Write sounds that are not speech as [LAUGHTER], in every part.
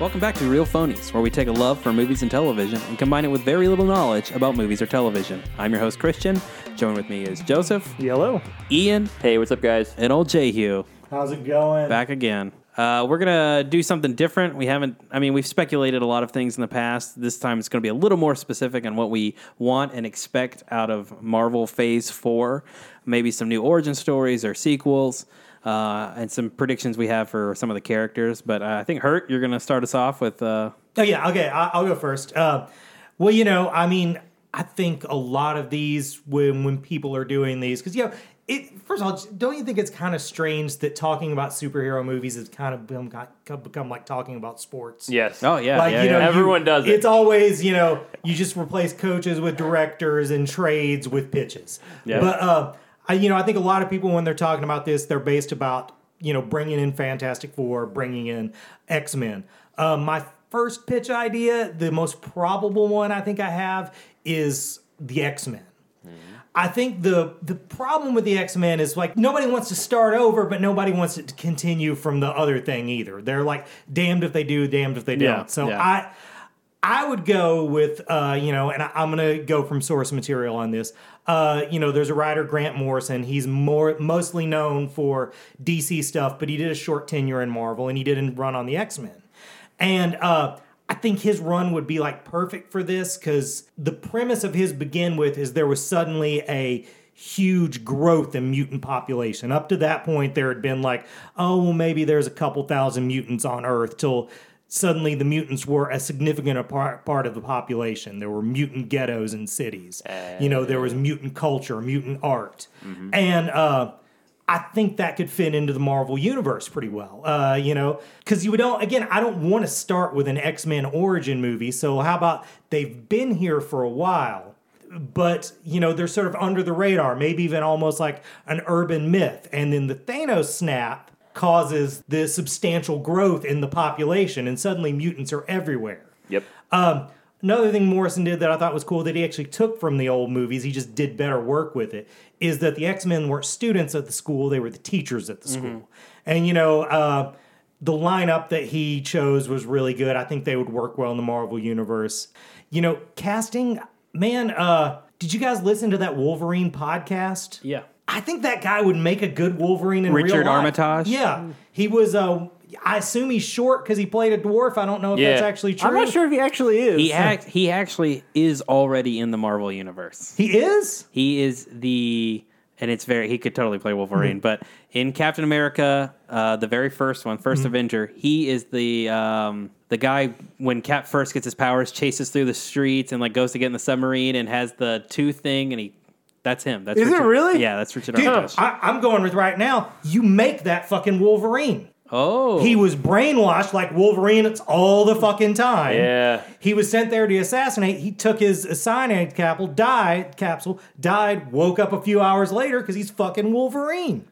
Welcome back to Real Phonies, where we take a love for movies and television and combine it with very little knowledge about movies or television. I'm your host, Christian. Joined with me is Joseph, Yellow. Ian, Hey, what's up, guys? and old Jehu. How's it going? Back again. Uh, we're going to do something different. We haven't, I mean, we've speculated a lot of things in the past. This time it's going to be a little more specific on what we want and expect out of Marvel Phase 4. Maybe some new origin stories or sequels. Uh, and some predictions we have for some of the characters, but uh, I think Hurt, you're going to start us off with uh, Oh yeah, okay. I, I'll go first. Uh, well, you know, I mean, I think a lot of these when when people are doing these because you know. It, first of all, don't you think it's kind of strange that talking about superhero movies has kind of become, got- become like talking about sports? Yes. Oh yeah, like yeah, you know, yeah. Everyone you- does it. It's always you know, you just replace coaches with directors and trades with pitches. Yeah. But uh, I, you know, I think a lot of people when they're talking about this, they're based about you know bringing in Fantastic Four, bringing in X Men. Uh, my first pitch idea, the most probable one I think I have, is the X Men. I think the the problem with the X Men is like nobody wants to start over, but nobody wants it to continue from the other thing either. They're like damned if they do, damned if they don't. Yeah, so yeah. I I would go with uh, you know, and I, I'm gonna go from source material on this. Uh, you know, there's a writer Grant Morrison. He's more mostly known for DC stuff, but he did a short tenure in Marvel, and he did a run on the X Men. And uh, I think his run would be like perfect for this because the premise of his begin with is there was suddenly a huge growth in mutant population. Up to that point, there had been like, oh, well, maybe there's a couple thousand mutants on Earth till suddenly the mutants were a significant apar- part of the population. There were mutant ghettos in cities. you know, there was mutant culture, mutant art. And, uh, I think that could fit into the Marvel universe pretty well. Uh, you know, because you don't, again, I don't want to start with an X Men origin movie. So, how about they've been here for a while, but, you know, they're sort of under the radar, maybe even almost like an urban myth. And then the Thanos snap causes the substantial growth in the population, and suddenly mutants are everywhere. Yep. Um, another thing Morrison did that I thought was cool that he actually took from the old movies, he just did better work with it, is that the X Men weren't students at the school, they were the teachers at the Mm-hmm. school. And, you know, uh, the lineup that he chose was really good. I think they would work well in the Marvel Universe. You know, casting, man, uh, did you guys listen to that Wolverine podcast? yeah. I think that guy would make a good Wolverine in Richard real life. Armitage? Yeah, he was. Uh, I assume he's short because he played a dwarf. I don't know if Yeah. that's actually true. I'm not sure if he actually is. He act, he actually is already in the Marvel universe. He is? He is the and it's very he could totally play Mm-hmm. Wolverine, but in Captain America, uh, the very first one, Mm-hmm. first Avenger, he is the um, the guy when Cap first gets his powers, chases through the streets and like goes to get in the submarine and has the tooth thing, and he that's him. That's Is it Richard- really? Yeah, that's Richard Dude, Armitage. I, I'm going with right now. You make that fucking Wolverine. oh, He was brainwashed like Wolverine. It's all the fucking time. Yeah. He was sent there to assassinate. He took his cyanide capsule, died, capsule, died, woke up a few hours later because he's fucking Wolverine.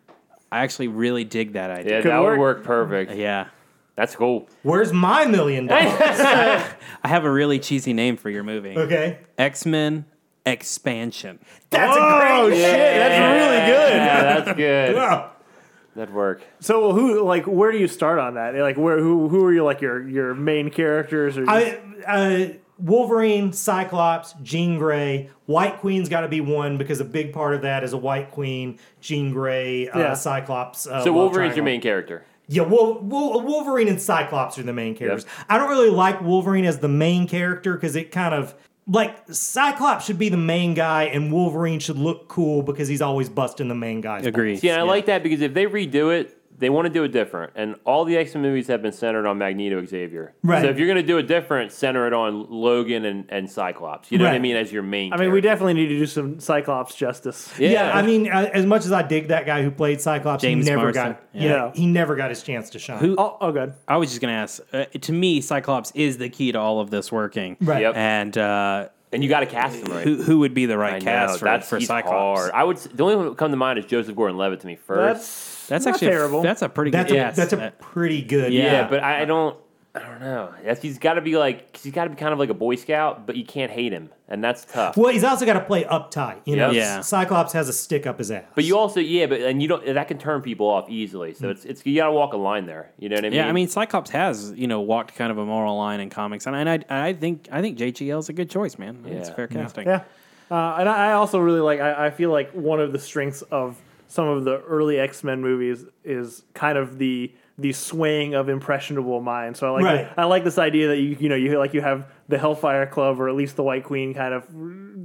I actually really dig that Yeah, idea. that would work. work perfect. yeah. That's cool. Where's my million dollars? I have a really cheesy name for your movie. Okay. X Men Expansion. That's a great Oh, shit, that's really good. Yeah, that's good. Yeah. That'd work. So who like where do you start on that? Like where who who are you like your your main characters or I, uh, Wolverine, Cyclops, Jean Grey, White Queen's got to be one because a big part of that is a White Queen, Jean Grey, uh, Yeah. Cyclops. Uh, So love Wolverine's your triangle. main character. Yeah, Wol- Wol- Wolverine and Cyclops are the main characters. I don't really like Wolverine as the main character because it kind of like Cyclops should be the main guy and Wolverine should look cool because he's always busting the main guy's. Agreed. See, and I like that because if they redo it, they want to do it different. And all the X Men movies have been centered on Magneto Xavier. Right. So if you're going to do it different, center it on Logan and, and Cyclops. You know what I Right. mean? As your main I mean, we character. definitely need to do some Cyclops justice. Yeah, I mean, uh, as much as I dig that guy who played Cyclops, James he never Marsden. got Yeah. yeah. Yeah. he never got his chance to shine. Who- Oh, oh good. I was just gonna ask. Uh, to me, Cyclops is the key to all of this working. Right. Yep. And uh, and you got to cast him right. who who would be the right I know, cast for, that's for he's Cyclops? hard. I would. s- The only one that would come to mind is Joseph Gordon-Levitt to me first. That's That's not actually a- terrible. that's a pretty that's good a, cast. that's a Uh, pretty good. Yeah. yeah, but I, I don't. I don't know. That's, he's got to be like 'cause he's got to be kind of like a Boy Scout, but you can't hate him, and that's tough. Well, he's also got to play uptight. You know, Yep. Yeah. Cyclops has a stick up his ass. But you also yeah, but and you don't that can turn people off easily. So it's it's you got to walk a line there. You know what Mm. I mean? Yeah, I mean, Cyclops has you know walked kind of a moral line in comics, and I and I, I think I think JGL is a good choice, man. I think It's Yeah. fair casting. Yeah. Uh, and I I also really like, I, I feel like one of the strengths of some of the early X Men movies is kind of the the swaying of impressionable minds. So I like Right. the- I like this idea that you you know you like you have the Hellfire Club or at least the White Queen kind of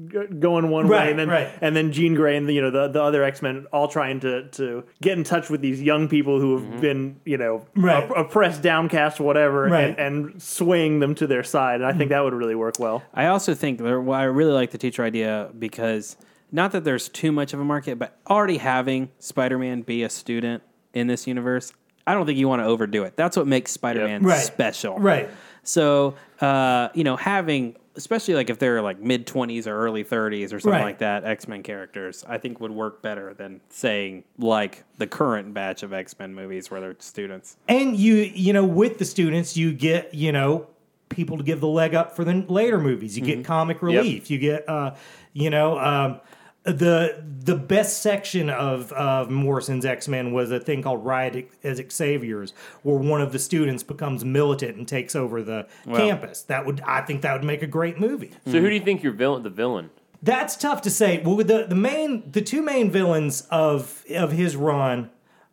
g- going one Right, way and then right. and then Jean Grey and the, you know the, the other X Men all trying to to get in touch with these young people who have been you know Right. op- oppressed, downcast, whatever, Right. Mm-hmm. and, and swaying them to their side. And I think that would really work well. I also think there, well, I really like the teacher idea because not that there's too much of a market, but already having Spider Man be a student in this universe, I don't think you want to overdo it. That's what makes Spider Man Right. special. Right. So, uh, you know, having, especially like if they're like mid 20s or early 30s or something Right. like that, X Men characters, I think would work better than saying like the current batch of X Men movies where they're students. and you you know with the students you get you know people to give the leg up for the later movies you Mm-hmm. get comic relief you get uh you know um the the best section of of Morrison's X Men was a thing called Riot as Xavier's, where one of the students becomes militant and takes over the campus. That would I think that would make a great movie. so who do you think your villain? The villain? That's tough to say. Well, the the main the two main villains of of his run.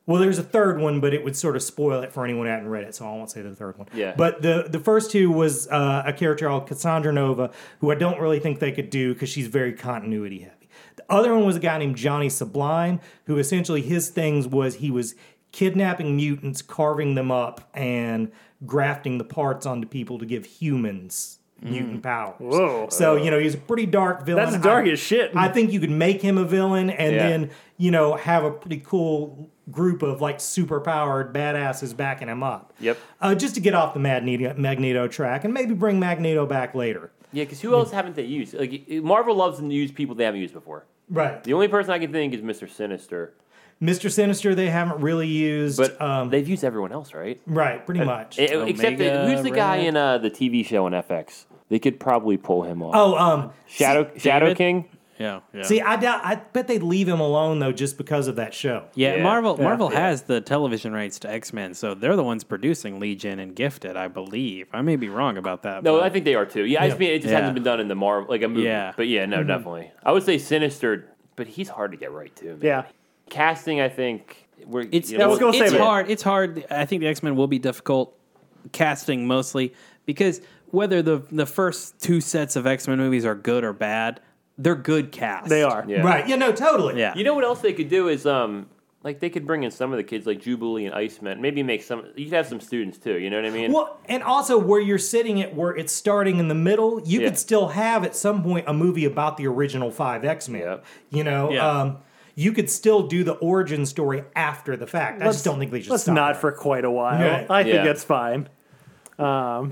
Well, there's a third one, but it would sort of spoil it for anyone who hadn't read it, so I won't say the third one. Yeah. But the the first two was uh, a character called Cassandra Nova, who I don't really think they could do because she's very continuity heavy. The other one was a guy named Johnny Sublime, who essentially his things was he was kidnapping mutants, carving them up, and grafting the parts onto people to give humans mutant powers. Whoa. So you know he's a pretty dark villain. That's dark I- as shit. I think you could make him a villain and Yeah. then, you know, have a pretty cool group of like superpowered badasses backing him up. Yep. Uh, just to get off the Magneto, Magneto track and maybe bring Magneto back later. Yeah, because who else haven't they used? Like y- Marvel loves to use people they haven't used before. Right. The only person I can think is Mister Sinister, Mr. Sinister, they haven't really used. but um, they've used everyone else, right? right, pretty much. Eh, except the- Omega who's the guy Red. in uh, the TV show on FX? They could probably pull him off. oh, um, Shadow Shadow David? King. Yeah. Yeah. see, I doubt, I bet they'd leave him alone though just because of that show. yeah, Yeah. Marvel Yeah. Marvel Yeah. has the television rights to X Men, so they're the ones producing Legion and Gifted, I believe. I may be wrong about that. No, but- I think they are too. Yeah, I just mean it just Yeah. hasn't been done in the Marvel like a movie. Yeah. But yeah, no, definitely. I would say Sinister, but he's hard to get right too. man. Yeah. Casting, I think we're It's you know, let's go it's save it. hard. It's hard. I think the X Men will be difficult casting mostly because whether the the first two sets of X Men movies are good or bad, they're good cast. They are. Yeah. Right. Yeah, no, totally. Yeah. You know what else they could do is um like they could bring in some of the kids like Jubilee and Iceman. Maybe make some. You could have some students too. You know what I mean? Well, and also where you're sitting at where it's starting in the middle, you Yeah. could still have at some point a movie about the original five X Men. Yep. You know, Yeah. um, you could still do the origin story after the fact. I just don't think they should. Let's stop not there. for quite a while. Right. I think Yeah. that's fine.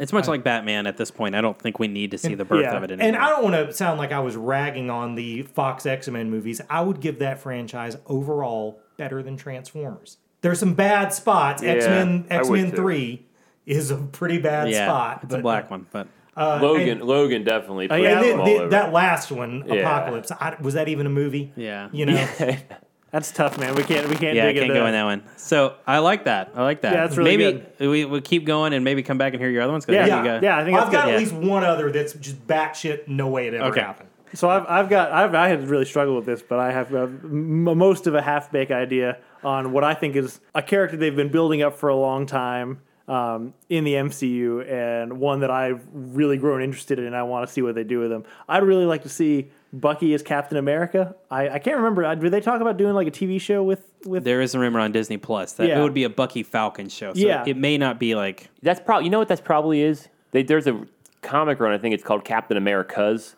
It's much like Batman at this point. I don't think we need to see the birth Yeah. of it anymore. And I don't want to sound like I was ragging on the Fox X Men movies. I would give that franchise overall better than Transformers. There's some bad spots. X Men I X would Men too. Three is a pretty bad yeah, spot. it's but- a black one, but Logan, Logan definitely. played yeah, And them then all the, over. that last one, Yeah. Apocalypse, I, was that even a movie? Yeah. [LAUGHS] You know? That's tough, man. We can't. We can't. yeah, I dig can't into go in that one. So I like that. I like that. Yeah, that's really maybe we we keep going and maybe come back and hear your other ones. 'cause I Yeah. think Yeah. you got- Yeah, I think I've that's got good. at Yeah. least one other that's just batshit, no way it ever Okay. happened. So I've, I've got. I've, I had really struggled with this, but I have uh, m- most of a half baked idea on what I think is a character they've been building up for a long time um, in the MCU, and one that I've really grown interested in. and I want to see what they do with him. I'd really like to see Bucky as Captain America. I, I can't remember. I- Did they talk about doing like a TV show with with? There is a rumor on Disney Plus that Yeah. it would be a Bucky Falcon show. So Yeah. it may not be like That's probably you know what that's probably is. They, there's a comic run I think it's called Captain America's,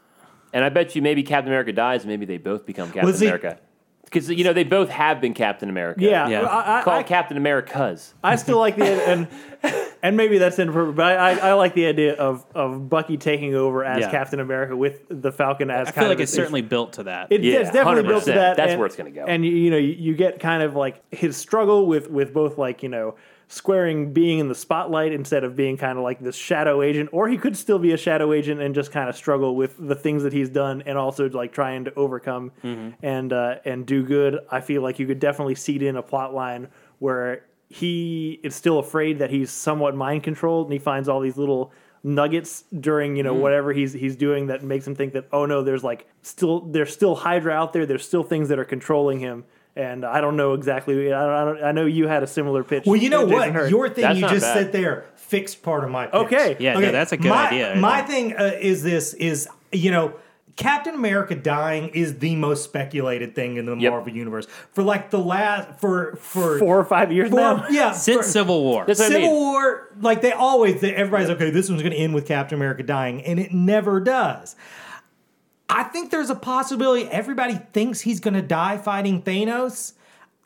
and I bet you maybe Captain America dies and maybe they both become Captain Was he- America because you know they both have been Captain America. yeah, Yeah. I, I, called I, Captain America's. I still like the and and maybe that's inappropriate, but I, I, I like the idea of, of Bucky taking over as Yeah. Captain America with the Falcon as I kind feel like of it's his- certainly built to that. It, Yeah, it's definitely built to 100%. that. That's and- where it's gonna go. And you, you know, you, you get kind of like his struggle with with both like you know squaring being in the spotlight instead of being kind of like this shadow agent, or he could still be a shadow agent and just kind of struggle with the things that he's done and also like trying to overcome Mm-hmm. and uh, and do good. I feel like you could definitely seed in a plot line where he is still afraid that he's somewhat mind controlled and he finds all these little nuggets during you Mm-hmm. know whatever he's he's doing that makes him think that oh no there's like still there's still hydra out there there's still things that are controlling him and i don't know exactly i, don't, I, don't, I know you had a similar pitch Well, you know Jason what? Hurd. Your thing That's you not just bad. said there fixed part of my pitch. Okay. Yeah, no, that's a good my, idea, I My think. thing uh, is this is you know Captain America dying is the most speculated thing in the Yep. Marvel universe for like the last for for four or five years for- [LAUGHS] now yeah Since for- Civil War. That's what I Civil mean. War, like they always, they- everybody's okay. This one's going to end with Captain America dying, and it never does. I think there's a possibility. Everybody thinks he's going to die fighting Thanos.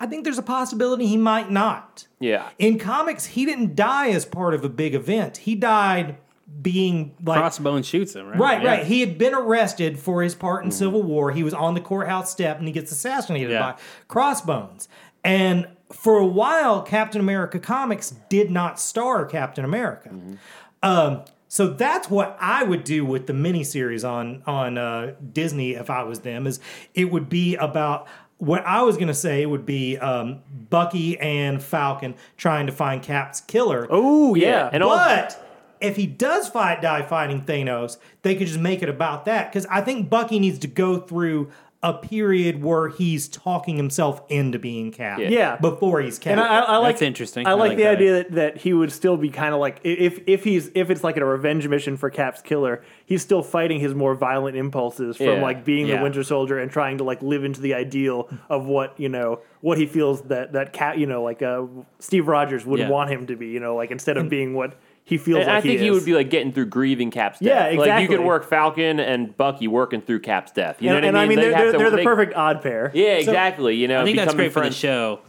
I think there's a possibility he might not. Yeah. In comics, he didn't die as part of a big event. He died being like Crossbone shoots him, right? Right, Yeah. Mm-hmm. right. He had been arrested for his part in Civil War. He was on the courthouse step and he gets assassinated Yeah. by Crossbones. And for a while, Captain America Comics did not star Captain America. Mm-hmm. Um, so that's what I would do with the miniseries on on uh, Disney if I was them. Is it would be about what I was going to say would be um, Bucky and Falcon trying to find Cap's killer. oh yeah, And all, But if he does fight die fighting Thanos, they could just make it about that because I think Bucky needs to go through a period where he's talking himself into being Cap. Yeah. before he's Cap. And I, I like That's interesting. I I like, like the that. idea that, that he would still be kind of like i- if if he's if it's like a revenge mission for Cap's killer, he's still fighting his more violent impulses from Yeah, like being yeah. the Winter Soldier and trying to like live into the ideal of what you know what he feels that that cat you know like uh, Steve Rogers would Yeah. want him to be you know like instead of being what he feels and like I think he, he, is. would be like getting through grieving Cap's death. Yeah, Like you exactly. could work Falcon and Bucky working through Cap's death. You and, know and what I mean, They'd they're, have they're, to- they're the they- perfect odd pair. Yeah, exactly. You know, I think that's great becoming for the friends. show.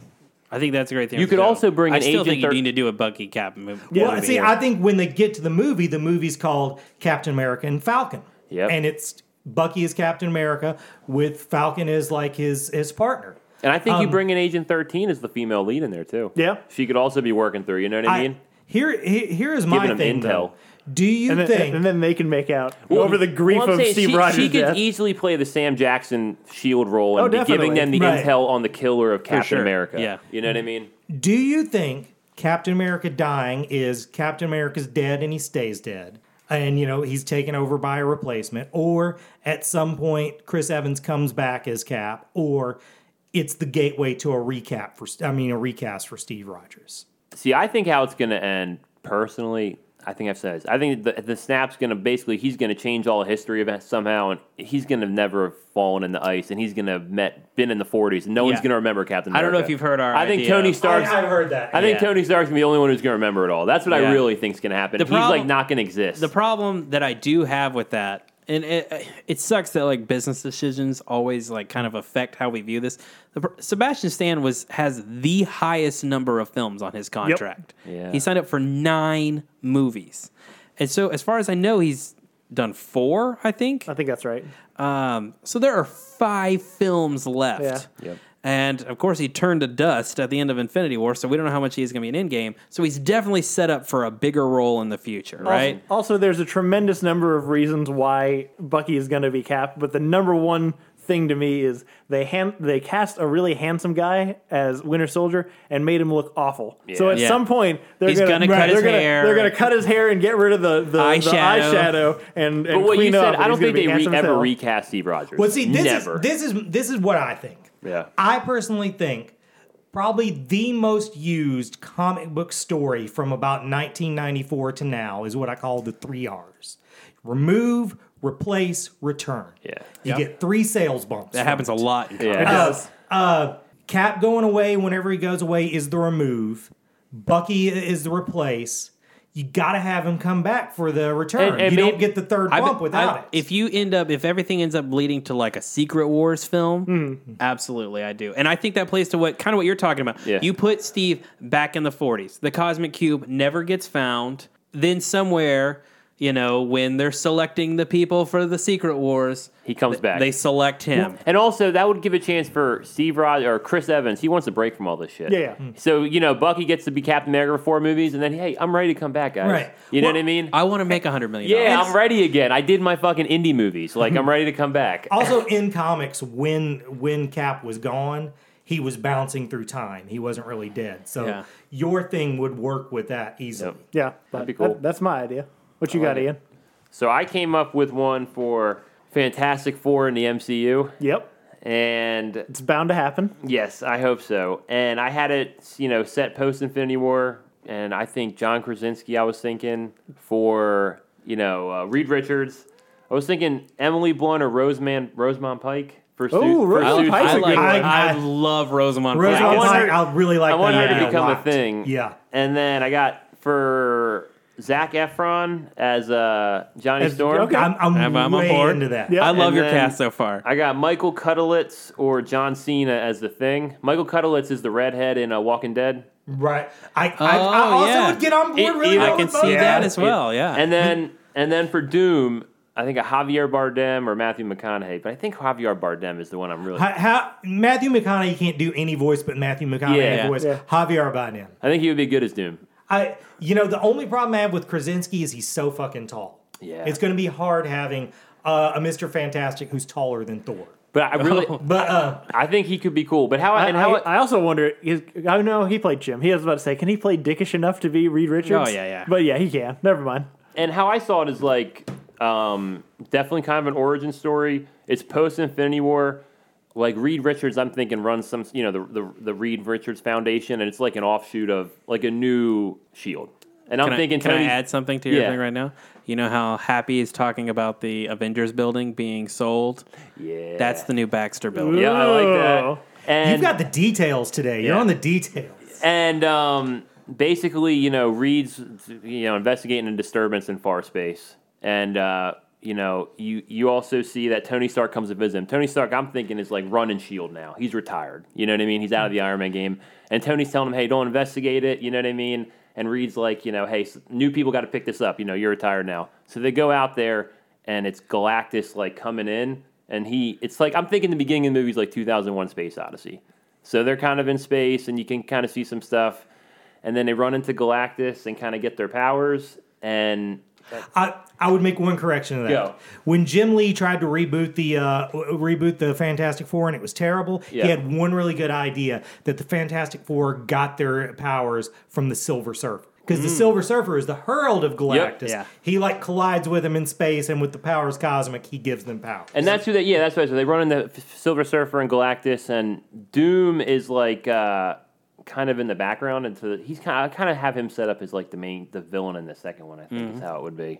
I think that's a great thing. You for the could show. also bring I an still Agent think Thir- you need to do a Bucky Cap move. well, movie see, here. I think when they get to the movie, the movie's called Captain America and Falcon. Yep. and it's Bucky is Captain America with Falcon as like his his partner. And I think you bring in Agent 13 as the female lead in there, too. Um, Yeah. She could also be working through, you know what I, mean? here, he- here is my Giving him thing. Though. intel. Do you And then, think? and then they can make out over the grief Well, I'm of saying Steve she, Rogers. She could e death. easily play the Sam Jackson shield role and Oh, be giving definitely. them the Right. intel on the killer of Captain sure. America. Yeah. You know what I mean? Do you think Captain America dying is Captain America's dead and he stays dead? And, you know, he's taken over by a replacement. Or at some point, Chris Evans comes back as Cap. Or it's the gateway to a recap for, I mean, a recast for Steve Rogers. See, I think how it's going to end, personally, I think I've said this. I think the, the snap's going to basically, he's going to change all history of it somehow, and he's going to never have fallen in the ice, and he's going to have met, been in the 40s, and no one's Yeah. going to remember Captain I America. don't know if you've heard our I think idea. Oh, Tony Stark's. I, heard that. think yeah. Tony Stark's gonna be the only one who's gonna remember it all. That's what Yeah. I really think's gonna happen. The He's like problem- not gonna exist. the problem that I do have with that, and it, uh, it sucks that like business decisions always like kind of affect how we view this. The, pr- Sebastian Stan was has the highest number of films on his contract. Yeah. He signed up for nine movies, and so as far as I know, he's done four. I think. I think that's right. Um, so there are five films left. Yeah. Yep. And of course, he turned to dust at the end of Infinity War, so we don't know how much he's going to be in Endgame. So he's definitely set up for a bigger role in the future, right? Also, there's a tremendous number of reasons why Bucky is going to be Cap, but the number one thing to me is they hand, they cast a really handsome guy as Winter Soldier and made him look awful. So at Yeah. some point they're He's going gonna to cut his they're gonna, hair. They're going to cut his hair and get rid of the the Eyeshadow. eyeshadow, the eyeshadow and, and But what you clean said, up. I don't He's gonna think be they re- handsome as ever hell. recast Steve Rogers. Well, see, this never. is this is this is what I think. Yeah. I personally think probably the most used comic book story from about 1994 to now is what I call the three R's: remove, replace, return. Yeah. you get three sales bumps. That from happens a lot. In comics. Yeah. uh, Cap going away whenever he goes away is the remove. Bucky is the replace. you got to have him come back for the return. And- and you may- don't get the third I- bump without I- it. If you end up, if everything ends up bleeding to like a Secret Wars film, Hmm. absolutely, I do, and I think that plays to what kind of what you're talking about. Yeah. You put Steve back in the 40s. The cosmic cube never gets found. Then somewhere, you know, when they're selecting the people for the Secret Wars, He comes back. they select him. And also, that would give a chance for Steve Rod or Chris Evans. He wants a break from all this shit. Yeah, yeah. Hmm. So you know, Bucky gets to be Captain America for four movies, and then hey, I'm ready to come back, guys. Right. You know Well, what I mean? I want to make a hundred million. yeah, dollars. I'm ready again. I did my fucking indie movies. Like [LAUGHS] I'm ready to come back. also in comics when when cap was gone he was bouncing through time he wasn't really dead so Yeah. your thing would work with that easily Yep. Yeah, but be cool. that- that's my idea. What you got, like it. Ian? So I came up with one for Fantastic Four in the MCU, Yep, and it's bound to happen. Yes, I hope so. And I had it, you know, set post Infinity War, and I think John Krasinski. I was thinking for you know uh, Reed Richards. I was thinking Emily Blunt or Roseman Rosemont Pike for Sue. Ooh, for Rosamund Sue's- Oh, Pike's I a like. good one. I, I- love Rosamund. Rosa, Pike. I want like, her- I really like I want that her to idea become a lot. thing. yeah And then I got for Zach Efron as uh, Johnny As- Storm. okay. i'm, I'm, I'm- I'm on way board. into that Yeah. I love And your then- cast so far. I got Michael Cuddlitz or John Cena as the thing. Michael Cuddlitz is the redhead in uh, Walking Dead. right i, I, I Oh, also yeah. would get on board It- really it- well E- I I with can both see of that them. as well. Yeah, And then and then for Doom, I think a Javier Bardem or Matthew McConaughey, but I think Javier Bardem is the one I'm really. how, how- matthew mcconaughey can't do any voice but matthew mcconaughey Yeah. voice Yeah. javier bardem I think he would be good as Doom. I, you know, the only problem I have with Krasinski is he's so fucking tall. Yeah. it's going to be hard having uh, a Mister Fantastic who's taller than Thor. But I really, But uh, I think he could be cool. But how I, and how I, I also wonder. Is, I know he played Jim. He was about to say, can he play dickish enough to be Reed Richards? Oh, yeah, yeah. But yeah, he can. Never mind. and how I saw it is like um, definitely kind of an origin story. It's post Infinity War. Like Reed Richards, I'm thinking runs some, you know, the, the the Reed Richards Foundation, and it's like an offshoot of like a new Shield. E And I'm Can I- thinking, can I Tony- add something to your Yeah. thing right now? You know how Happy is talking about the Avengers building being sold? yeah, That's the new Baxter building. yeah, I Ooh. like that. And you've got the details today. You're Yeah. on the details. and um, basically, you know, Reed's you know investigating a disturbance in far space, and uh, you know, you you also see that Tony Stark comes to visit him. Tony Stark, I'm thinking, is like running Shield E now. He's retired. You know what I mean? He's out of the Iron Man game, and Tony's telling him, "Hey, don't investigate it." You know what I mean? And Reed's like, you know, hey, s- new people got to pick this up. You know, you're retired now. So they go out there, and it's Galactus like coming in, and he, it's like I'm thinking the beginning of the movie's like 2001: Space Odyssey. So they're kind of in space, and you can kind of see some stuff. And then they run into Galactus and kind of get their powers. And I, I would make one correction to that. Go. When Jim Lee tried to reboot the uh, w- reboot the Fantastic Four and it was terrible, Yeah. he had one really good idea that the Fantastic Four got their powers from the Silver Surfer. Because the Mm. Silver Surfer is the herald of Galactus. yeah. He like collides with him in space, and with the powers cosmic, he gives them power. and that's who they yeah that's right. So they run into F- Silver Surfer and Galactus, and Doom is like uh, kind of in the background. And so he's kind of, I kind of have him set up as like the main the villain in the second one. I think is how it would be.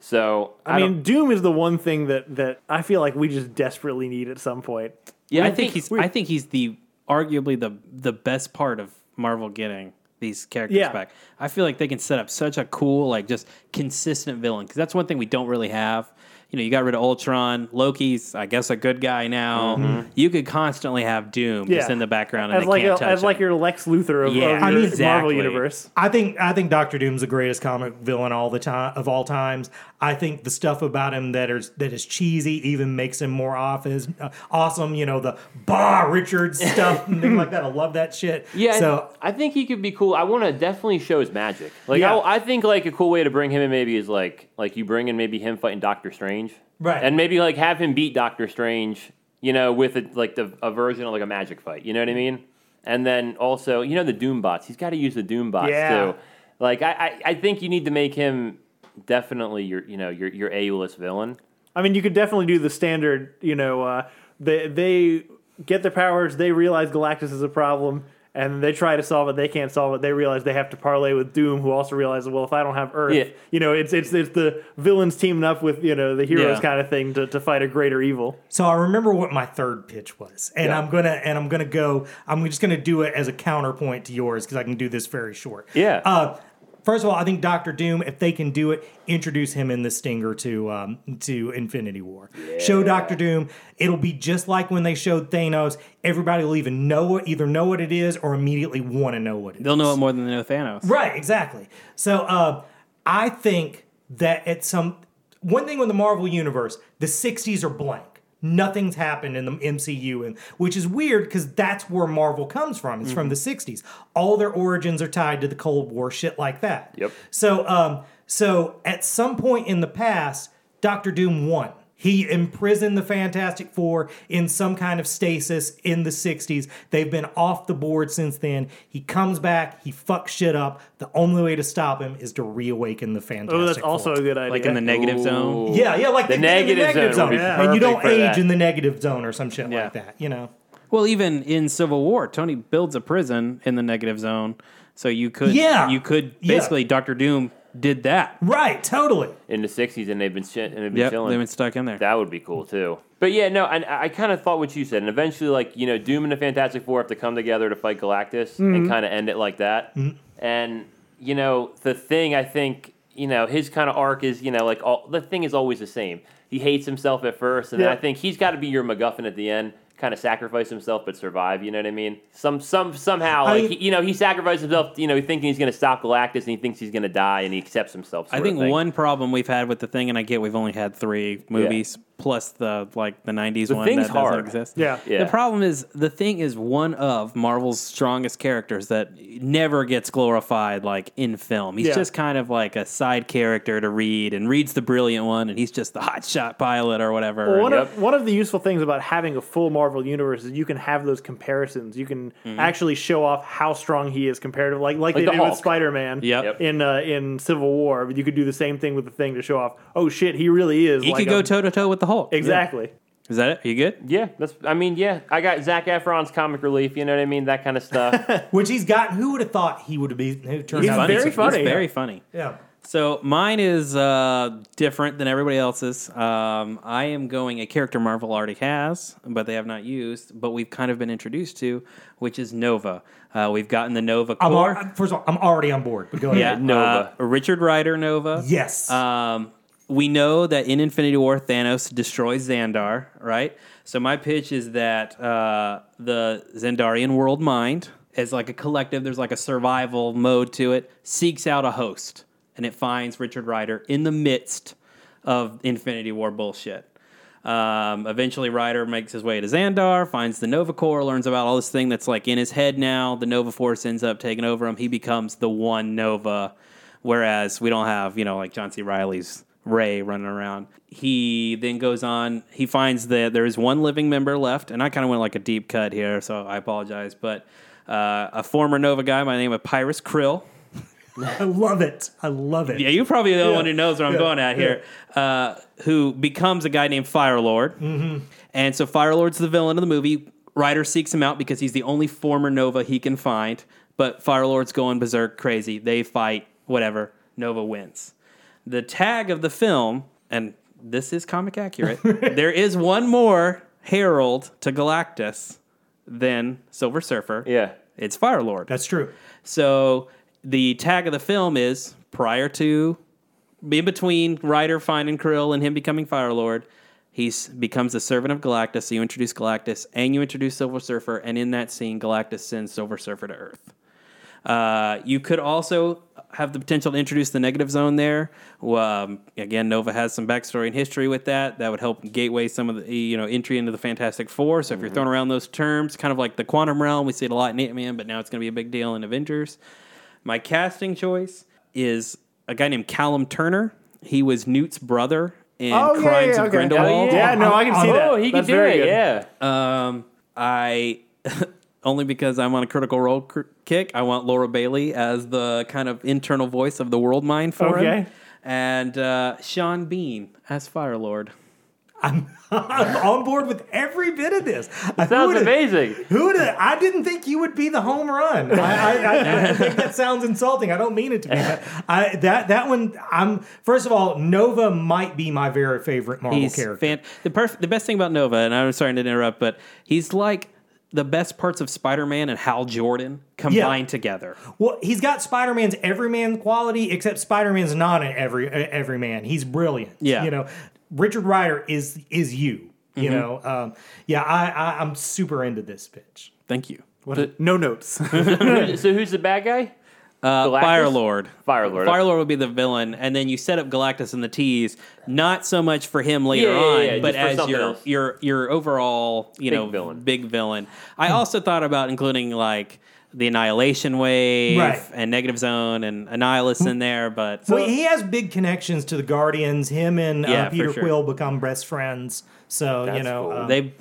So I, I, don't- mean, Doom is the one thing that that I feel like we just desperately need at some point. yeah, I think he's I think he's the arguably the the best part of Marvel getting these characters Yeah. back. I feel like they can set up such a cool like just consistent villain cuz that's one thing we don't really have. You know, you got rid of Ultron, Loki's I guess a good guy now. You could constantly have Doom just Mm-hmm. Yeah. in the background and As they like can't a, touch as him. like your Lex Luthor of, Yeah, of your I mean, Marvel exactly. universe. I think I think Doctor Doom's the greatest comic villain all the time of all times. I think the stuff about him that is that is cheesy even makes him more off as uh, awesome. You know the Bah Richards stuff and things like that. I love that shit. Yeah, and So I think he could be cool. I want to definitely show his magic. Like Yeah. I, I think like a cool way to bring him in maybe is like like you bring in maybe him fighting Doctor Strange, Right. And maybe like have him beat Doctor Strange, you know, with a, like the a version of like a magic fight. You know what I mean? And then also, you know, the Doom bots. He's got to use the Doom bots Yeah. too. Like I, I, I think you need to make him definitely your you know your your A list villain. I mean, you could definitely do the standard. You know, uh, they they get their powers. They realize Galactus is a problem, and they try to solve it. They can't solve it. They realize they have to parlay with Doom, who also realizes, well, if I don't have Earth, Yeah. you know, it's it's it's the villains teaming up with you know the heroes Yeah. kind of thing to, to fight a greater evil. so I remember what my third pitch was, and Yeah. I'm gonna and I'm gonna go. I'm just gonna do it as a counterpoint to yours because I can do this very short. Yeah. Uh, First of all, I think Doctor Doom, if they can do it, introduce him in the Stinger to um, to Infinity War. Show Doctor Doom. It'll be just like when they showed Thanos. Everybody will even know either know what it is or immediately want to know what it is. They'll know it more than they know Thanos. Right, exactly. So uh, I think that at some one thing with the Marvel universe, the '60s are blank. Nothing's happened in the MCU, and which is weird because that's where Marvel comes from. It's from the '60s. All their origins are tied to the Cold War, shit like that. Yep. So, um, so at some point in the past, Doctor Doom won. He imprisoned the Fantastic Four in some kind of stasis in the 60s. They've been off the board since then. He comes back, he fucks shit up. The only way to stop him is to reawaken the Fantastic Oh, that's Four. also a good idea. Like in the negative zone. Yeah, yeah, like The they did in negative zone would be And you don't perfect for age that. in the negative zone or some shit Yeah. like that, you know? Well, even in Civil War, Tony builds a prison in the negative zone, so you could Yeah. you could Yeah. basically Doctor Doom did that. Right, totally. in the '60s, and they've been shit, and they've been Yep, chilling. they've been stuck in there. That would be cool too. Hmm. But yeah, no, and I, I kind of thought what you said, and eventually, like you know, Doom and the Fantastic Four have to come together to fight Galactus and kind of end it like that. And you know, the thing I think you know his kind of arc is you know like all the thing is always the same. He hates himself at first, and then Yeah. I think he's got to be your MacGuffin at the end. Kind of sacrifice himself, but survive. You know what I mean? Some, some, somehow, I- like he, you know, he sacrificed himself. You know, thinking he's going to stop Galactus, and he thinks he's going to die, and he accepts himself. I sort of think thing. one problem we've had with the thing, and I get we've only had three movies plus the like the '90s one thing's that hard. doesn't exist. Yeah. Yeah. The problem is the thing is one of Marvel's strongest characters that never gets glorified like in film. He's Yeah. just kind of like a side character to read and reads the brilliant one, and he's just the hot shot pilot or whatever. Well, one, And- of, one of the useful things about having a full Marvel universe is you can have those comparisons. You can actually show off how strong he is compared to like like, they Mm-hmm. the did Hulk. with Spider Man Yep. Yep. in uh, in Civil War. But you could do the same thing with the thing to show off. Oh shit, he really is. he like could go a- toe to toe with the Hulk. exactly. Is that it? Are you good? Yeah, that's. I mean, yeah, I got Zach Efron's comic relief. You know what I mean? That kind of stuff. [LAUGHS] Which he's gotten. Who would have thought he would have been? Who turned He's out very to be- He's funny, very yeah. funny. Yeah. So mine is uh, different than everybody else's. Um, I am going a character Marvel already has, but they have not used, but we've kind of been introduced to, which is Nova. Uh, we've gotten the Nova I'm core. al- first of all, I'm already on board. But go yeah, ahead. Nova. uh, Richard Rider Nova. Yes. Uh, Um, we know that in Infinity War, Thanos destroys Xandar, right? So my pitch is that uh, the Xandarian world mind is like a collective. There's like a survival mode to it. Seeks out a host, and it finds Richard Rider in the midst of Infinity War bullshit. Um, eventually, Ryder makes his way to Xandar, finds the Nova Corps, learns about all this thing that's like in his head now. The Nova Force ends up taking over him. He becomes the one Nova, whereas we don't have, you know, like John C. Riley's Ray running around. He then goes on, he finds that there is one living member left, and I kind of went like a deep cut here, so I apologize, but uh, a former Nova guy by the name of Pyrus Krill. I love it. I love it. Yeah, you're probably the only Yeah. one who knows where I'm Yeah. going at here. Uh, who becomes a guy named Firelord. Mm-hmm. And so Firelord's the villain of the movie. Ryder seeks him out because he's the only former Nova he can find. But Firelord's going berserk crazy. They fight, whatever. Nova wins. The tag of the film, and this is comic [LAUGHS] accurate, there is one more herald to Galactus than Silver Surfer. yeah, It's Firelord. That's true. So the tag of the film is prior to, in between Ryder finding Krill and him becoming Fire Lord, he becomes a servant of Galactus. So you introduce Galactus and you introduce Silver Surfer, and in that scene, Galactus sends Silver Surfer to Earth. Uh, you could also have the potential to introduce the negative zone there. Um, again, Nova has some backstory and history with that. That would help gateway some of the you know entry into the Fantastic Four. So if Mm-hmm. you're throwing around those terms, kind of like the quantum realm, we see it a lot in Ant Man, but now it's going to be a big deal in Avengers. My casting choice is a guy named Callum Turner. He was Newt's brother in Oh, yeah, Crimes yeah, of okay. Grindelwald. Oh, Yeah, no, I can see Oh, that. Oh, he That's can do very it. good. Yeah, Um, I [LAUGHS] only because I'm on a critical role cr- kick. I want Laura Bailey as the kind of internal voice of the world mind for Okay. him, and uh, Sean Bean as Fire Lord. I'm, [LAUGHS] I'm on board with every bit of this. sounds amazing. [LAUGHS] Who would I didn't think you would be the home run. I, I, [LAUGHS] I, I think that sounds insulting. I don't mean it to be. But I, that that one. I'm first of all, Nova might be my very favorite Marvel He's character. fan- the perf- the best thing about Nova, and I'm sorry to interrupt, but he's like the best parts of Spider-Man and Hal Jordan combined together. Well, he's got Spider Man's everyman quality, except Spider Man's not an every uh, everyman. He's brilliant. Yeah. Mm-hmm. you know, Richard Ryder is is you. You know, um, yeah, I, I I'm super into this pitch. Thank you. No notes. Who- so who's the bad guy? Uh, Galactus? Fire Lord. Fire Lord. Fire Lord would be the villain, and then you set up Galactus and the T's, not so much for him later Yeah, yeah, yeah, on, just but for as something your else. your your overall, you know, villain. Hmm. big villain. I also thought about including like the Annihilation Wave Right. Hmm. and Negative Zone and Annihilus in there, but [LAUGHS] Well, he has big connections to the Guardians. Him and Yeah, uh, for Peter sure. Quill become best friends. So you That's know, cool. um, they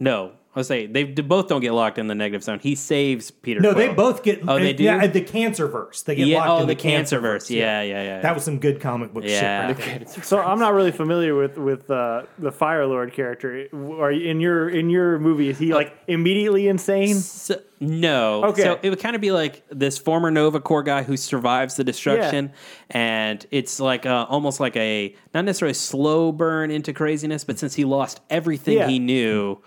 no, I was saying they d- both don't get locked in the Negative Zone. He saves Peter. no, Quill. they both get Oh, they uh, yeah, do? uh, the cancer verse. They get Yeah, locked oh, in the, the, Cancer Cancerverse. Verse. Yeah, yeah, yeah. yeah. That was some good comic book shit. Yeah. Right The there. so I'm not really familiar with with uh, the Fire Lord character. Are you, in your in your movie is he like immediately insane? So, no. Okay. So it would kind of be like this former Nova Corps guy who survives the destruction, and it's like uh almost like a not necessarily a slow burn into craziness, but since he lost everything Yeah. he knew,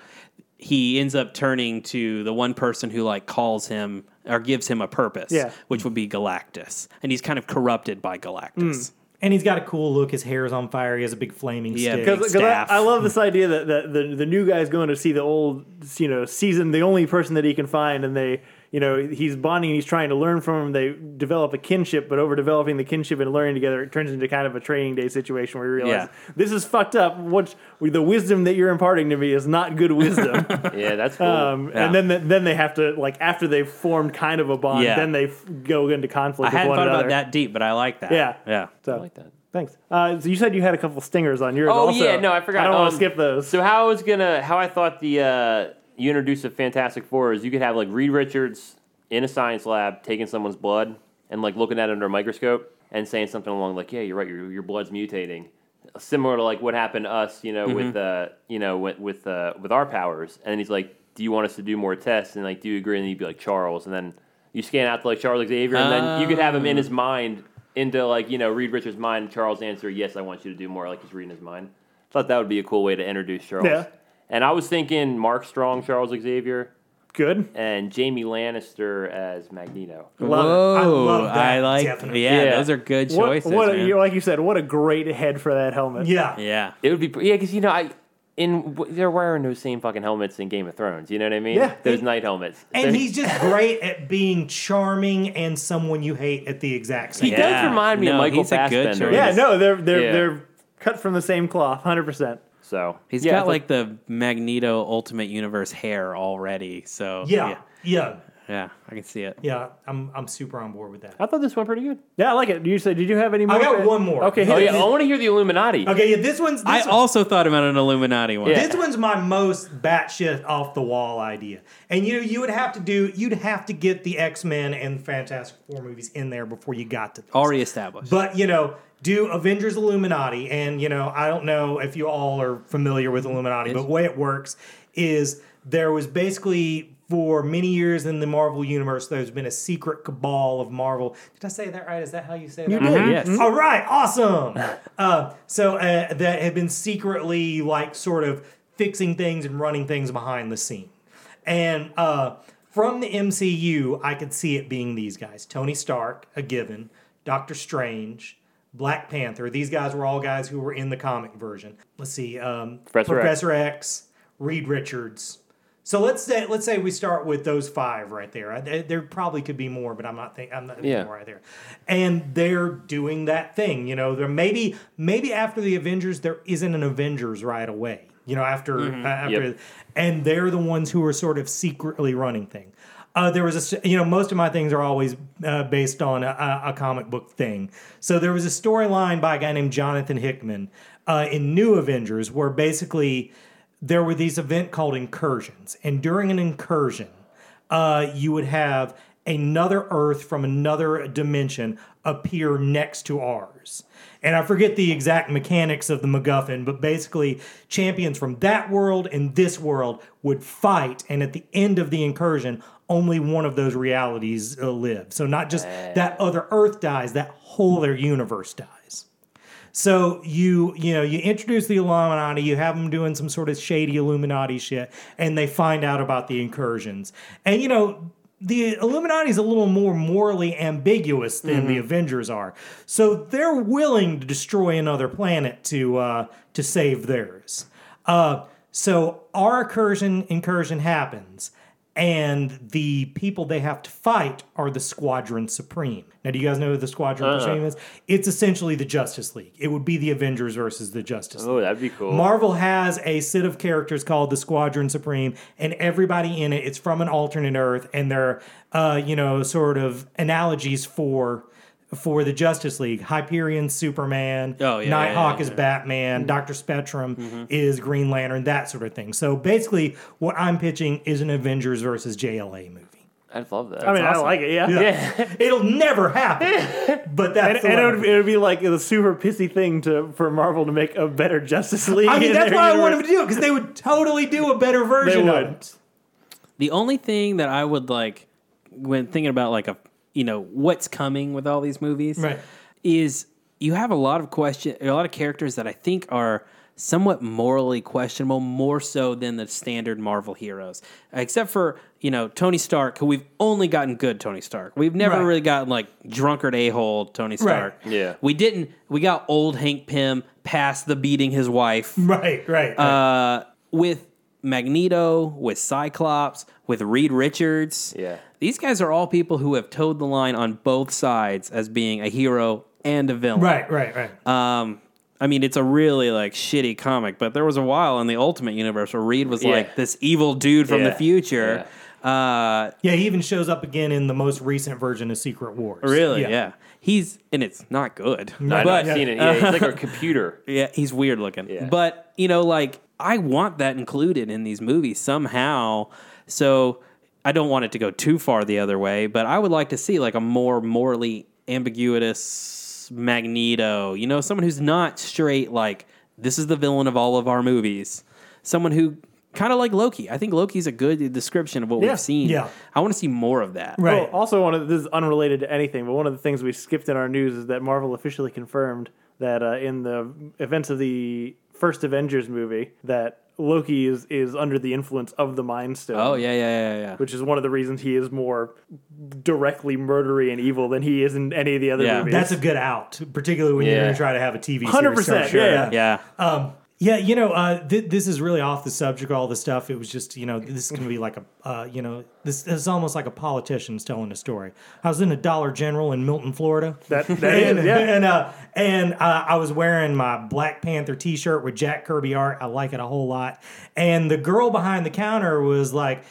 he ends up turning to the one person who like calls him or gives him a purpose, Yeah. which would be Galactus, and he's kind of corrupted by Galactus. Hmm. And he's got a cool look. His hair is on fire. He has a big flaming Yeah, stick. big Because I, staff. I love this idea that, that the the new guy's going to see the old you know season the only person that he can find and they you know he's bonding he's trying to learn from him they develop a kinship but over developing the kinship and learning together it turns into kind of a training day situation where you realize this is fucked up what the wisdom that you're imparting to me is not good [LAUGHS] wisdom Yeah, that's cool. um, Yeah. and then the, then they have to like after they've formed kind of a bond Yeah. then they f- go into conflict I with hadn't one thought another about that deep, but I like that. Yeah. Yeah. so I like that. Thanks. Uh, so you said you had a couple stingers on yours. Oh also. yeah, no, I forgot. I don't want Um, to skip those. So how I was gonna, how I thought the uh, you introduced a Fantastic Four is you could have like Reed Richards in a science lab taking someone's blood and like looking at it under a microscope and saying something along like, yeah, you're right, your your blood's mutating, similar to like what happened to us, you know, Mm-hmm. with uh, you know, with with uh, with our powers. And he's like, do you want us to do more tests? And like, do you agree? And you'd be like Charles, and then you scan out to like Charles Xavier, and then you could have him in his mind. Into like you know Reed Richards' mind, Charles answer yes, I want you to do more. Like he's reading his mind. Thought that would be a cool way to introduce Charles. Yeah. And I was thinking Mark Strong, Charles Xavier, Good. and Jamie Lannister as Magneto. Love it. Whoa, I love that, I like. definitely. Yeah, Yeah. those are good What, choices. what a, man. you, like you said, what a great head for that helmet. yeah. yeah. It would be pr- yeah, because you know I in w- they're wearing those same fucking helmets in Game of Thrones. You know what I mean? Yeah. Those knight helmets. And They're- he's just great at being charming and someone you hate at the exact same he time. Yeah. does remind me No, of Michael he's a good Fassbender. choice. Yeah, no, they're they're Yeah. they're cut from the same cloth, hundred percent. So He's yeah, I got thought- like the Magneto Ultimate Universe hair already, so Yeah, yeah, yeah, yeah, yeah, I can see it. I'm I'm super on board with that. I thought this went pretty good. Yeah, I like it. You said, did you have any more? I got one more. Okay, hit Oh it. yeah, I want to hear the Illuminati. Okay, yeah, this one's this, I one- also thought about an Illuminati one. Yeah. this one's my most batshit off the wall idea. And you know, you would have to do you'd have to get the X Men and Fantastic Four movies in there before you got to. This. Already established. But you know, do Avengers Illuminati, and you know, I don't know if you all are familiar with Illuminati, but the way it works is there was basically for many years in the Marvel universe, there's been a secret cabal of Marvel. Did I say that right? Is that how you say that? Mhm, Mm-hmm. Yes. All right, awesome. [LAUGHS] Uh, so uh, that had been secretly like sort of fixing things and running things behind the scene, and uh, from the MCU, I could see it being these guys: Tony Stark, a given, Doctor Strange, Black Panther. These guys were all guys who were in the comic version. Let's see, um, Professor X. Professor X, Reed Richards. So let's say let's say we start with those five right there. I- there- There probably could be more, but I'm not think I'm not thinking Yeah. more right there. And they're doing that thing, you know. There maybe maybe after the Avengers, there isn't an Avengers right away, you know. After uh, after, Yep. and they're the ones who are sort of secretly running thing. Uh, there was a s- you know most of my things are always uh, based on a, a comic book thing. So there was a storyline by a guy named Jonathan Hickman uh, in New Avengers where basically there were these event called incursions, and during an incursion, uh, you would have another Earth from another dimension appear next to ours. And I forget the exact mechanics of the MacGuffin, but basically, champions from that world and this world would fight, and at the end of the incursion, only one of those realities uh, lived. So, not just that other Earth dies, that whole other universe dies. So you you know you introduce the Illuminati, you have them doing some sort of shady Illuminati shit, and they find out about the incursions. And you know the Illuminati is a little more morally ambiguous than the Avengers are, so they're willing to destroy another planet to uh, to save theirs. Uh, so our incursion incursion happens, and the people they have to fight are the Squadron Supreme. Now, do you guys know who the Squadron Supreme is? It's essentially the Justice League. It would be the Avengers versus the Justice League. Oh, that'd be cool. Marvel has a set of characters called the Squadron Supreme, and everybody in it, it's from an alternate Earth, and they're, uh, you know, sort of analogies for for the Justice League. Hyperion, Superman, Oh, yeah, Nighthawk yeah, yeah, is Batman, Mm-hmm. Doctor Spectrum is Green Lantern, that sort of thing. So basically, what I'm pitching is an Avengers versus JLA [LAUGHS] movie. I'd love that. I mean, I awesome. like it. Yeah. yeah. It'll never happen, but that's And, the and it, way- would, it would be like a super pissy thing to for Marvel to make a better Justice League. I mean, in that's their why I universe. want them to do it because they would totally do a better version would. of it. The only thing that I would like when thinking about like a you know what's coming with all these movies Right. is you have a lot of question a lot of characters that I think are somewhat morally questionable more so than the standard Marvel heroes except for you know Tony Stark who we've only gotten good Tony Stark we've never Right. really gotten like drunkard a-hole Tony Stark Yeah. we didn't we got old Hank Pym past the beating his wife Right, right. uh, with Magneto, with Cyclops, with Reed Richards. Yeah. These guys are all people who have towed the line on both sides as being a hero and a villain. right, right, right. Um, I mean, it's a really like shitty comic, but there was a while in the Ultimate Universe where Reed was Yeah. like this evil dude from the Yeah. future. Uh, yeah, he even shows up again in the most recent version of Secret Wars. really? Yeah. He's and it's not good. I know, but I've seen it. Yeah, it's like a computer. Yeah, he's weird looking. Yeah. But, you know, like I want that included in these movies somehow. So I don't want it to go too far the other way, but I would like to see like a more morally ambiguous Magneto, you know, someone who's not straight like this is the villain of all of our movies. Someone who kind of like Loki. I think Loki's a good description of what Yeah, we've seen. yeah. I want to see more of that. Right. Well, also, one of this is unrelated to anything, but one of the things we skipped in our news is that Marvel officially confirmed that uh, in the events of the first Avengers movie, that Loki is is under the influence of the Mind Stone. Oh, yeah, yeah, yeah, yeah. Which is one of the reasons he is more directly murdery and evil than he is in any of the other Yeah. movies. That's a good out, particularly when you're Yeah. going to try to have a TV 100%, series. yeah, yeah. yeah. Um, yeah, you know, uh, th- this is really off the subject. All this stuff. It was just, you know, this is going to be like a, uh, you know, this, this is almost like a politician's telling a story. I was in a Dollar General in Milton, Florida. [LAUGHS] that, [LAUGHS] that and is, yeah. and, uh, and uh, I was wearing my Black Panther T-shirt with Jack Kirby art. I like it a whole lot. And the girl behind the counter was like,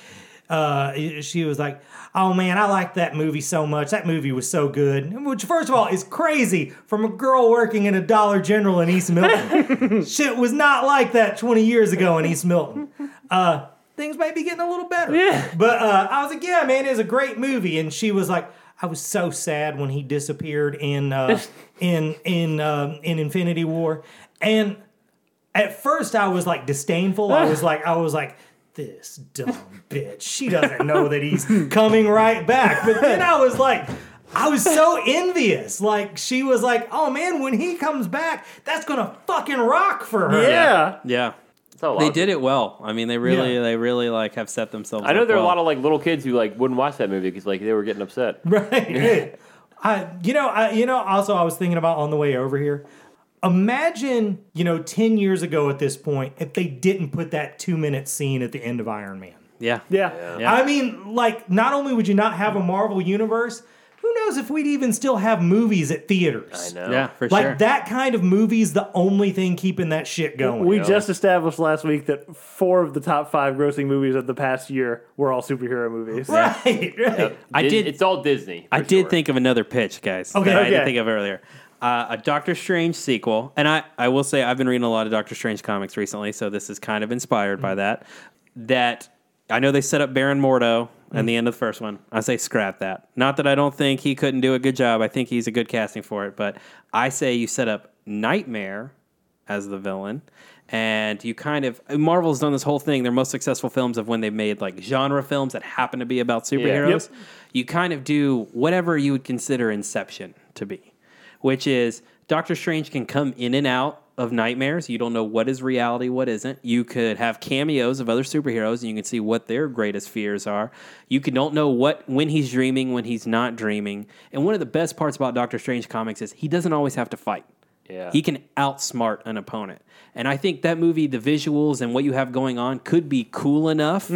uh, she was like, "Oh man, I like that movie so much. That movie was so good." Which, first of all, is crazy from a girl working in a Dollar General in East Milton. [LAUGHS] Shit was not like that 20 years ago in East Milton. Uh, things may be getting a little better. Yeah. But uh, I was like, yeah, man, it was a great movie. And she was like, I was so sad when he disappeared in uh, in in um in Infinity War. And at first, I was like disdainful. I was like, I was like. This dumb [LAUGHS] bitch. She doesn't know that he's coming right back. But then I was like, I was so envious. Like she was like, "Oh man, when he comes back, that's gonna fucking rock for her." Yeah. Yeah. It's a lot They of- did it well. I mean, they really, Yeah. they really like have set themselves. I know up there are a well. lot of like little kids who like wouldn't watch that movie because like they were getting upset. [LAUGHS] Right. I, you know, I, you know. Also, I was thinking about on the way over here. Imagine, you know, ten years ago at this point, if they didn't put that two-minute scene at the end of Iron Man. yeah, Yeah. Yeah. I mean, like, not only would you not have a Marvel universe, who knows if we'd even still have movies at I theaters? know. yeah, for Like sure. that kind of movie's the only thing keeping that shit going. We just established last week that four of the top five grossing movies of the past year were all superhero movies. right, right. [LAUGHS] I Dis- did- It's all Disney. I for did sure. think of another pitch, guys. Okay. that I didn't Okay. think of earlier. Uh, a Doctor Strange sequel, and I, I will say I've been reading a lot of Doctor Strange comics recently, so this is kind of inspired Mm. by that. That I know they set up Baron Mordo in Mm. the end of the first one. I say scrap that. Not that I don't think he couldn't do a good job. I think he's a good casting for it, but I say you set up Nightmare as the villain. And you kind of Marvel's done this whole thing. Their most successful films of when they made like genre films that happen to be about superheroes. Yep. You kind of do whatever you would consider Inception to be, which is Doctor Strange can come in and out of nightmares. You don't know what is reality, what isn't. You could have cameos of other superheroes, and you can see what their greatest fears are. You can don't know what when he's dreaming, when he's not dreaming. And one of the best parts about Doctor Strange comics is he doesn't always have to fight. Yeah. He can outsmart an opponent. And I think that movie, the visuals and what you have going on could be cool enough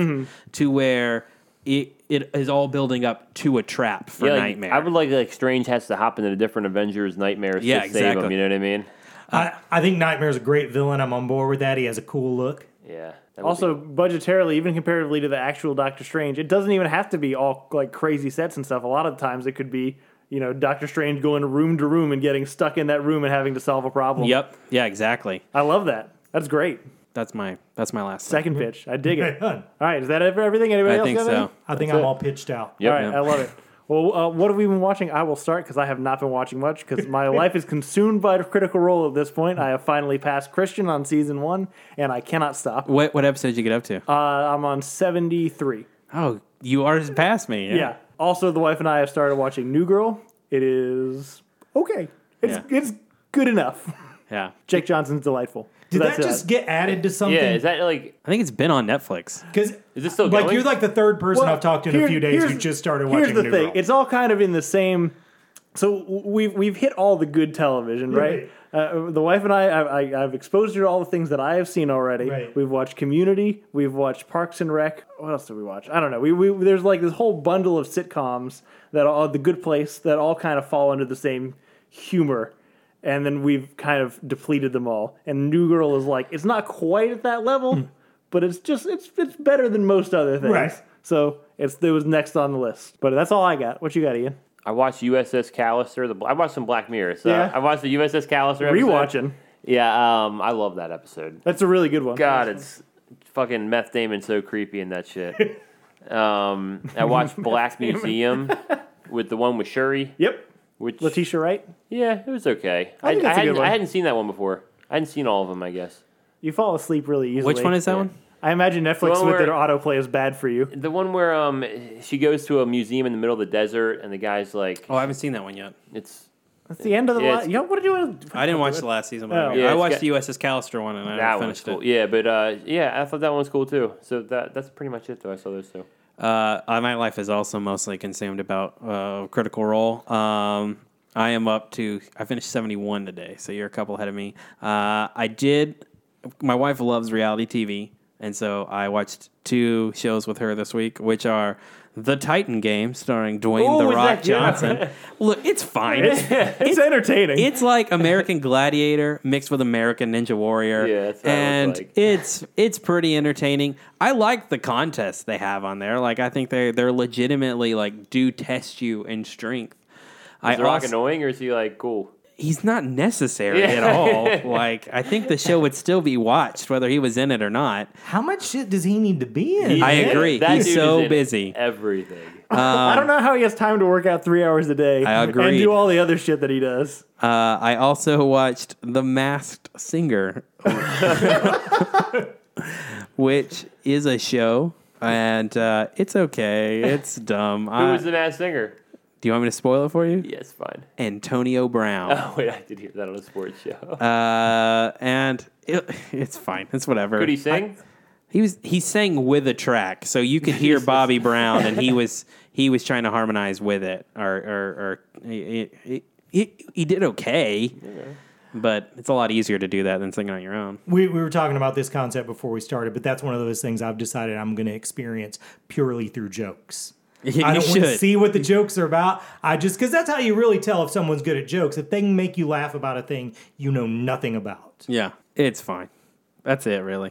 to where it, it is all building up to a trap for Yeah, like, Nightmare. I would like like Strange has to hop into the different Avengers nightmares Yeah, to save him. exactly. You know what I mean? I, I think Nightmare's a great villain. I'm on board with that. He has a cool look. Yeah. that would Also, budgetarily, even comparatively to the actual Doctor Strange, it doesn't even have to be all like crazy sets and stuff. A lot of times, it could be you know Doctor Strange going room to room and getting stuck in that room and having to solve a problem. yep. Yeah, exactly. I love that. That's great. That's my that's my last. Second pitch, I [LAUGHS] dig it. All Done. right, is that it for everything? Anybody I else think got so. anything? I think I'm all pitched out. Yep. All right, Yeah. I love it. Well, uh, what have we been watching? I will start because I have not been watching much because my life is consumed by Critical Role at this point. I have finally passed Christian on season one, and I cannot stop. What what episode did you get up to? Uh, I'm on 73. oh, you are past me. Yeah. Yeah. Also, the wife and I have started watching New Girl. It is okay. It's Yeah. it's good enough. Yeah. Jake Johnson's delightful. Did So that it. just get added to something? Yeah. Is that like? I think it's been on Netflix. Because Is this still like going? you're like the third person Well, I've talked to in here- a few days who here's- just started here's watching the New thing. Girl. It's all kind of in the same. So we've we've hit all the good television, right? Uh, the wife and I, I, I, I've exposed her to all the things that I have seen already. Right. We've watched Community, we've watched Parks and Rec. What else did we watch? I don't know. We, we there's like this whole bundle of sitcoms that all The Good Place that all kind of fall under the same humor, and then we've kind of depleted them all. And New Girl is like it's not quite at that level, Hmm. but it's just it's it's better than most other things. Right. So it's it was next on the list. But that's all I got. What you got, Ian? I watched USS Callister. The I watched some Black Mirror. So Yeah. I watched the USS Callister. Episode. Rewatching. Yeah. Um. I love that episode. That's a really good one. God, it's fucking Meth Damon so creepy in that shit. um. [LAUGHS] I watched Black Museum with the one with Shuri, Yep. which Letitia Wright. yeah, it was okay. I, think I that's a good hadn't one. I hadn't seen that one before. I hadn't seen all of them. I guess You fall asleep really easily. Which one is that one? I imagine Netflix one with where- their autoplay is bad for you. the one where um she goes to a museum in the middle of the desert and the guy's like Oh, I haven't seen that one yet. it's That's the end of the Yeah, line. it's- You know what are you? I didn't watch the last season. But Oh. I- Yeah, I it's watched got- the USS Callister one and I that never one's finished cool. it. Yeah, but uh, yeah, I thought that one was cool too. So that that's pretty much it though. I saw those two. Uh, uh, my life is also mostly consumed about uh, Critical Role. Um, I am up to I finished seventy one today, so you're a couple ahead of me. Uh, I did. My wife loves reality TV, and so I watched two shows with her this week, which are the Titan Game, starring Dwayne Oh, the is Rock that- yeah. Johnson. [LAUGHS] Look, it's fine. It's, [LAUGHS] It's entertaining. it's like American Gladiator mixed with American Ninja Warrior. Yeah, that's what it and looks like. it's it's pretty entertaining. I like the contests they have on there. Like I think they they're legitimately like do test you in strength. I Is The Rock also- annoying or is he like cool? he's not necessary Yeah. at [LAUGHS] all. like I think the show would still be watched whether he was in it or not. How much shit does he need to be in? I agree. That He's dude so is in busy. [LAUGHS] Uh, Everything. I don't know how he has time to work out three hours a day. um, I And agree. do all the other shit that he does. Uh, I also watched The Masked Singer, [LAUGHS] which is a show, and uh, it's okay. It's dumb. Who I, was the mass singer? do you want me to spoil it for you? Yes, fine. Antonio Brown. [LAUGHS] Oh wait, I did hear that on a sports show. [LAUGHS] Uh, and it, it's fine. It's whatever. Could he sing? He was he sang with a track, so you could [LAUGHS] hear Bobby Brown, and he was he was trying to harmonize with it, or or, or he, he, he, he did okay, but it's a lot easier to do that than singing on your own. We, we were talking about this concept before we started, but that's one of those things I've decided I'm going to experience purely through jokes. [LAUGHS] You I don't want to should. see what the jokes are about. I just because that's how you really tell if someone's good at jokes. If they can make you laugh about a thing you know nothing about. Yeah, it's fine. That's it, really.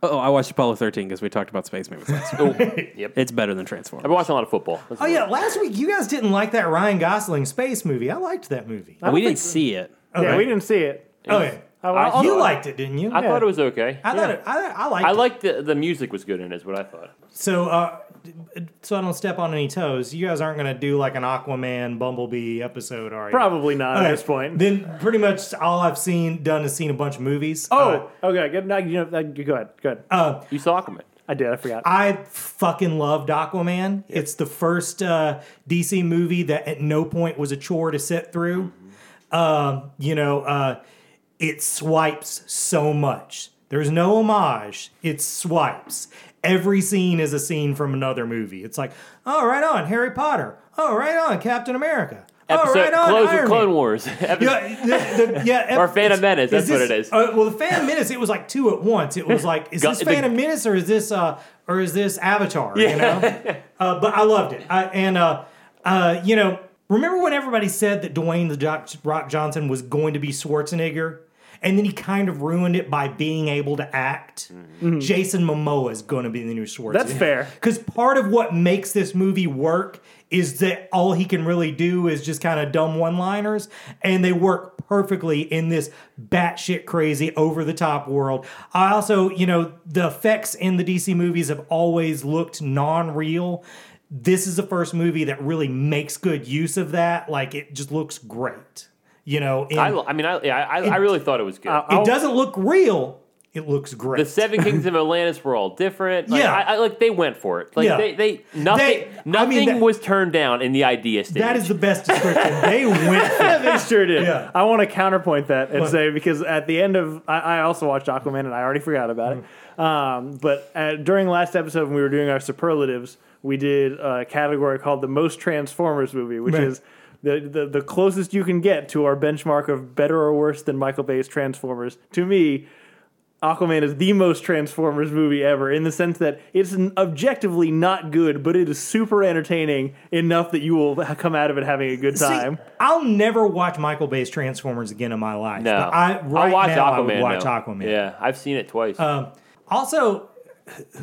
Oh, I watched Apollo 13 because we talked about space movies last week. Oh, [LAUGHS] yep. It's better than I've Transformers. been watching a lot of football. That's Oh all. yeah, last week you guys didn't like that Ryan Gosling space movie. I liked that movie. We didn't see it. Yeah, Okay. we didn't see it. Uh, Okay, I- I- I- you thought- liked it, didn't you? I thought it was okay. I thought it, I, I liked. I it. liked the the music was good in it. Is what I thought. So, uh, d- d- so I don't step on any toes. You guys aren't going to do like an Aquaman Bumblebee episode, are you? Probably not Okay, at this point. Then pretty much all I've seen done is seen a bunch of movies. oh, okay. Good. No, you know, uh, go ahead. Go ahead. Uh, uh, You saw Aquaman. I did. I forgot. I fucking loved Aquaman. It's the first uh, DC movie that at no point was a chore to sit through. Um, you know, uh, it swipes so much. There's no homage. It swipes. Every scene is a scene from another movie. It's like, oh, right on Harry Potter. Oh, right on Captain America. Episode, oh, right on close with Iron Man. Clone Wars. [LAUGHS] [LAUGHS] Episode- Yeah, the, the, yeah, Or ep- Phantom it's- Menace, that's what this- it is. uh, well, the Phantom Menace, it was like two at once. It [LAUGHS] was like, is Gu- this the- Phantom Menace or is this uh or is this Avatar? You [LAUGHS] know, uh, but I loved it. I, and uh, uh, you know, remember when everybody said that Dwayne the Doc, Rock Johnson was going to be Schwarzenegger, and then he kind of ruined it by being able to act. Mm-hmm. Jason Momoa is going to be the new Schwarzenegger. That's fair. Because part of what makes this movie work is that all he can really do is just kind of dumb one liners, and they work perfectly in this batshit crazy, over the top world. I also, you know, the effects in the DC movies have always looked non real. This is the first movie that really makes good use of that. Like, it just looks great, you know. and I, I mean, I, yeah, I, I really thought it was good. it doesn't look real, it looks great. the Seven Kings of Atlantis were all different. Like, uh, Yeah. I, I, like they went for it. Like Yeah. they, they nothing, They- I mean, nothing that- was turned down in the idea stage. that is the [LAUGHS] best description. they went for it. [LAUGHS] they sure did. Yeah. I want to counterpoint that and What? say because at the end of I, I also watched Aquaman and I already forgot about Hmm. it. Um, but uh during last episode when we were doing our superlatives, we did a category called the most Transformers movie, which Right. is. The, the, the closest you can get to our benchmark of better or worse than Michael Bay's Transformers, to me, Aquaman is the most Transformers movie ever in the sense that it's n- objectively not good, but it is super entertaining enough that you will ha- come out of it having a good time. See, I'll never watch Michael Bay's Transformers again in my life. no. But I right I'll watch now I Aquaman. would watch though. Aquaman. Uh, Yeah, I've seen it twice. Also,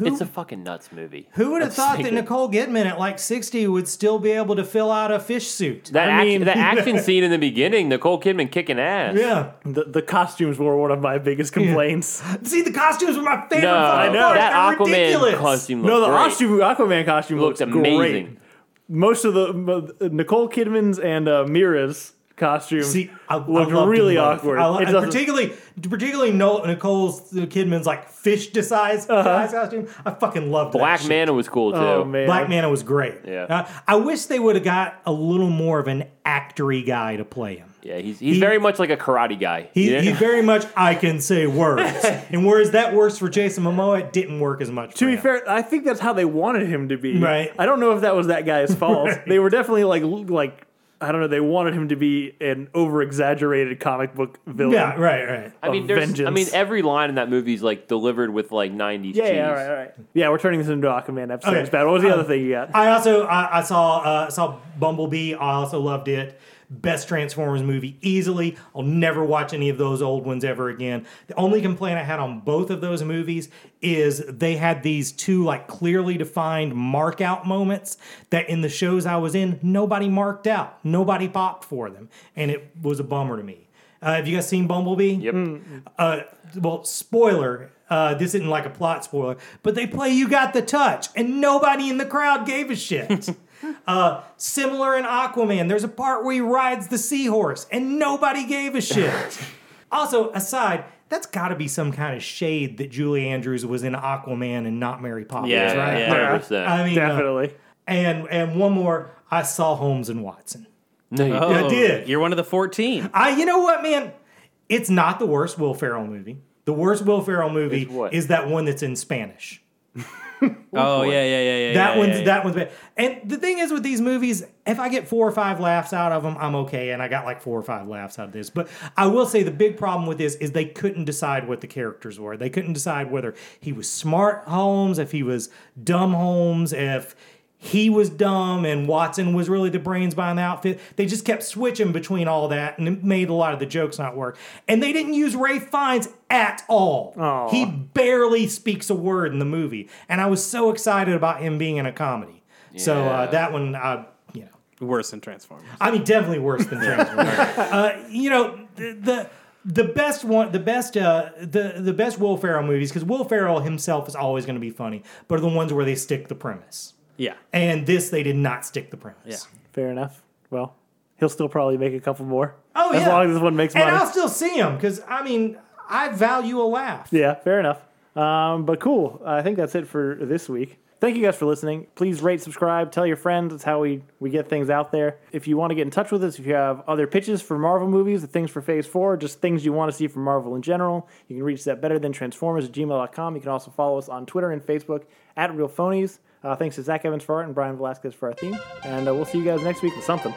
it's a fucking nuts movie. who would have That's thought like that a- Nicole Kidman at like 60 would still be able to fill out a fish suit? That I action, mean- [LAUGHS] that action scene in the beginning, Nicole Kidman kicking ass. yeah. The, the costumes were one of my [LAUGHS] biggest complaints. See, the costumes were my favorite. No, fucking know. part. that They're Aquaman ridiculous. costume looked No, the great. costume, Aquaman costume looked looks amazing. Great. Most of the mo- Nicole Kidman's and uh, Mira's costumes See, I, I looked loved really them both. awkward. I lo- It and doesn't- particularly, particularly No- Nicole's uh, Kidman's like fish disguise, disguise costume. I fucking loved that. Uh-huh. Black shit. Manta was cool too. oh man, Black Manta was great. Yeah. Uh, I wish they would have got a little more of an actory guy to play him. Yeah, he's he's very much like a karate guy. He, Yeah. he very much I can say words, and whereas that works for Jason Momoa, it didn't work as much. To for be him. fair, I think that's how they wanted him to be. Right. I don't know if that was that [LAUGHS] guy's fault. They were definitely like like I don't know. They wanted him to be an over exaggerated comic book villain. yeah, right, right. I mean, of there's, I vengeance. mean, every line in that movie is like delivered with like '90s. Yeah, cheese. yeah, all right, all right. Yeah, we're turning this into Aquaman episodes. Okay. But what was the Um, other thing you got? I also I, I saw uh, I saw Bumblebee. I also loved it. Best Transformers movie easily. I'll never watch any of those old ones ever again. The only complaint I had on both of those movies is they had these two like clearly defined mark out moments that in the shows I was in nobody marked out, nobody popped for them, and it was a bummer to me. Uh, have you guys seen Bumblebee? Yep. uh, well, spoiler. Uh, this isn't like a plot spoiler, but they play "You Got the Touch," and nobody in the crowd gave a shit. uh, similar in Aquaman, there's a part where he rides the seahorse, and nobody gave a shit. also, aside, that's got to be some kind of shade that Julie Andrews was in Aquaman and not Mary Poppins, Yeah, right? yeah. Hundred percent. I mean, uh, Definitely. and and one more, I saw Holmes and Watson. No, you Oh, I did. You're one of the 14. I, you know what, man? It's not the worst Will Ferrell movie. The worst Will Ferrell movie Is what? is that one that's in Spanish. Oh, yeah, yeah, yeah, yeah. That yeah, one's yeah, yeah. that one's bad. And the thing is with these movies, if I get four or five laughs out of them, I'm okay. And I got like four or five laughs out of this. But I will say the big problem with this is they couldn't decide what the characters were. They couldn't decide whether he was smart Holmes, if he was dumb Holmes, if he was dumb and Watson was really the brains behind the outfit. They just kept switching between all that and it made a lot of the jokes not work. And they didn't use Ray Fiennes at all. He barely speaks a word in the movie. And I was so excited about him being in a comedy. So uh, Yeah. that one, I, you know, Worse than Transformers. I mean, definitely worse than Transformers. uh, you know, the, the the best one, the best, uh, the the best Will Ferrell movies because Will Ferrell himself is always going to be funny, but are the ones where they stick the premise. Yeah. And this, they did not stick the premise. Yeah. Fair enough. Well, he'll still probably make a couple more. Oh as yeah. long as this one makes and money. [LAUGHS] I'll still see him because I mean, I value a laugh. Yeah, fair enough. Um, but cool. I think that's it for this week. Thank you guys for listening. Please rate, subscribe, tell your friends. It's how we, we get things out there. If you want to get in touch with us, if you have other pitches for Marvel movies, the things for Phase 4, just things you want to see from Marvel in general, you can reach us at betterthantransformers at gmail.com. You can also follow us on Twitter and Facebook at Real Phonies. Uh, thanks to Zach Evans for art and Brian Velasquez for our theme. And uh, we'll see you guys next week with something.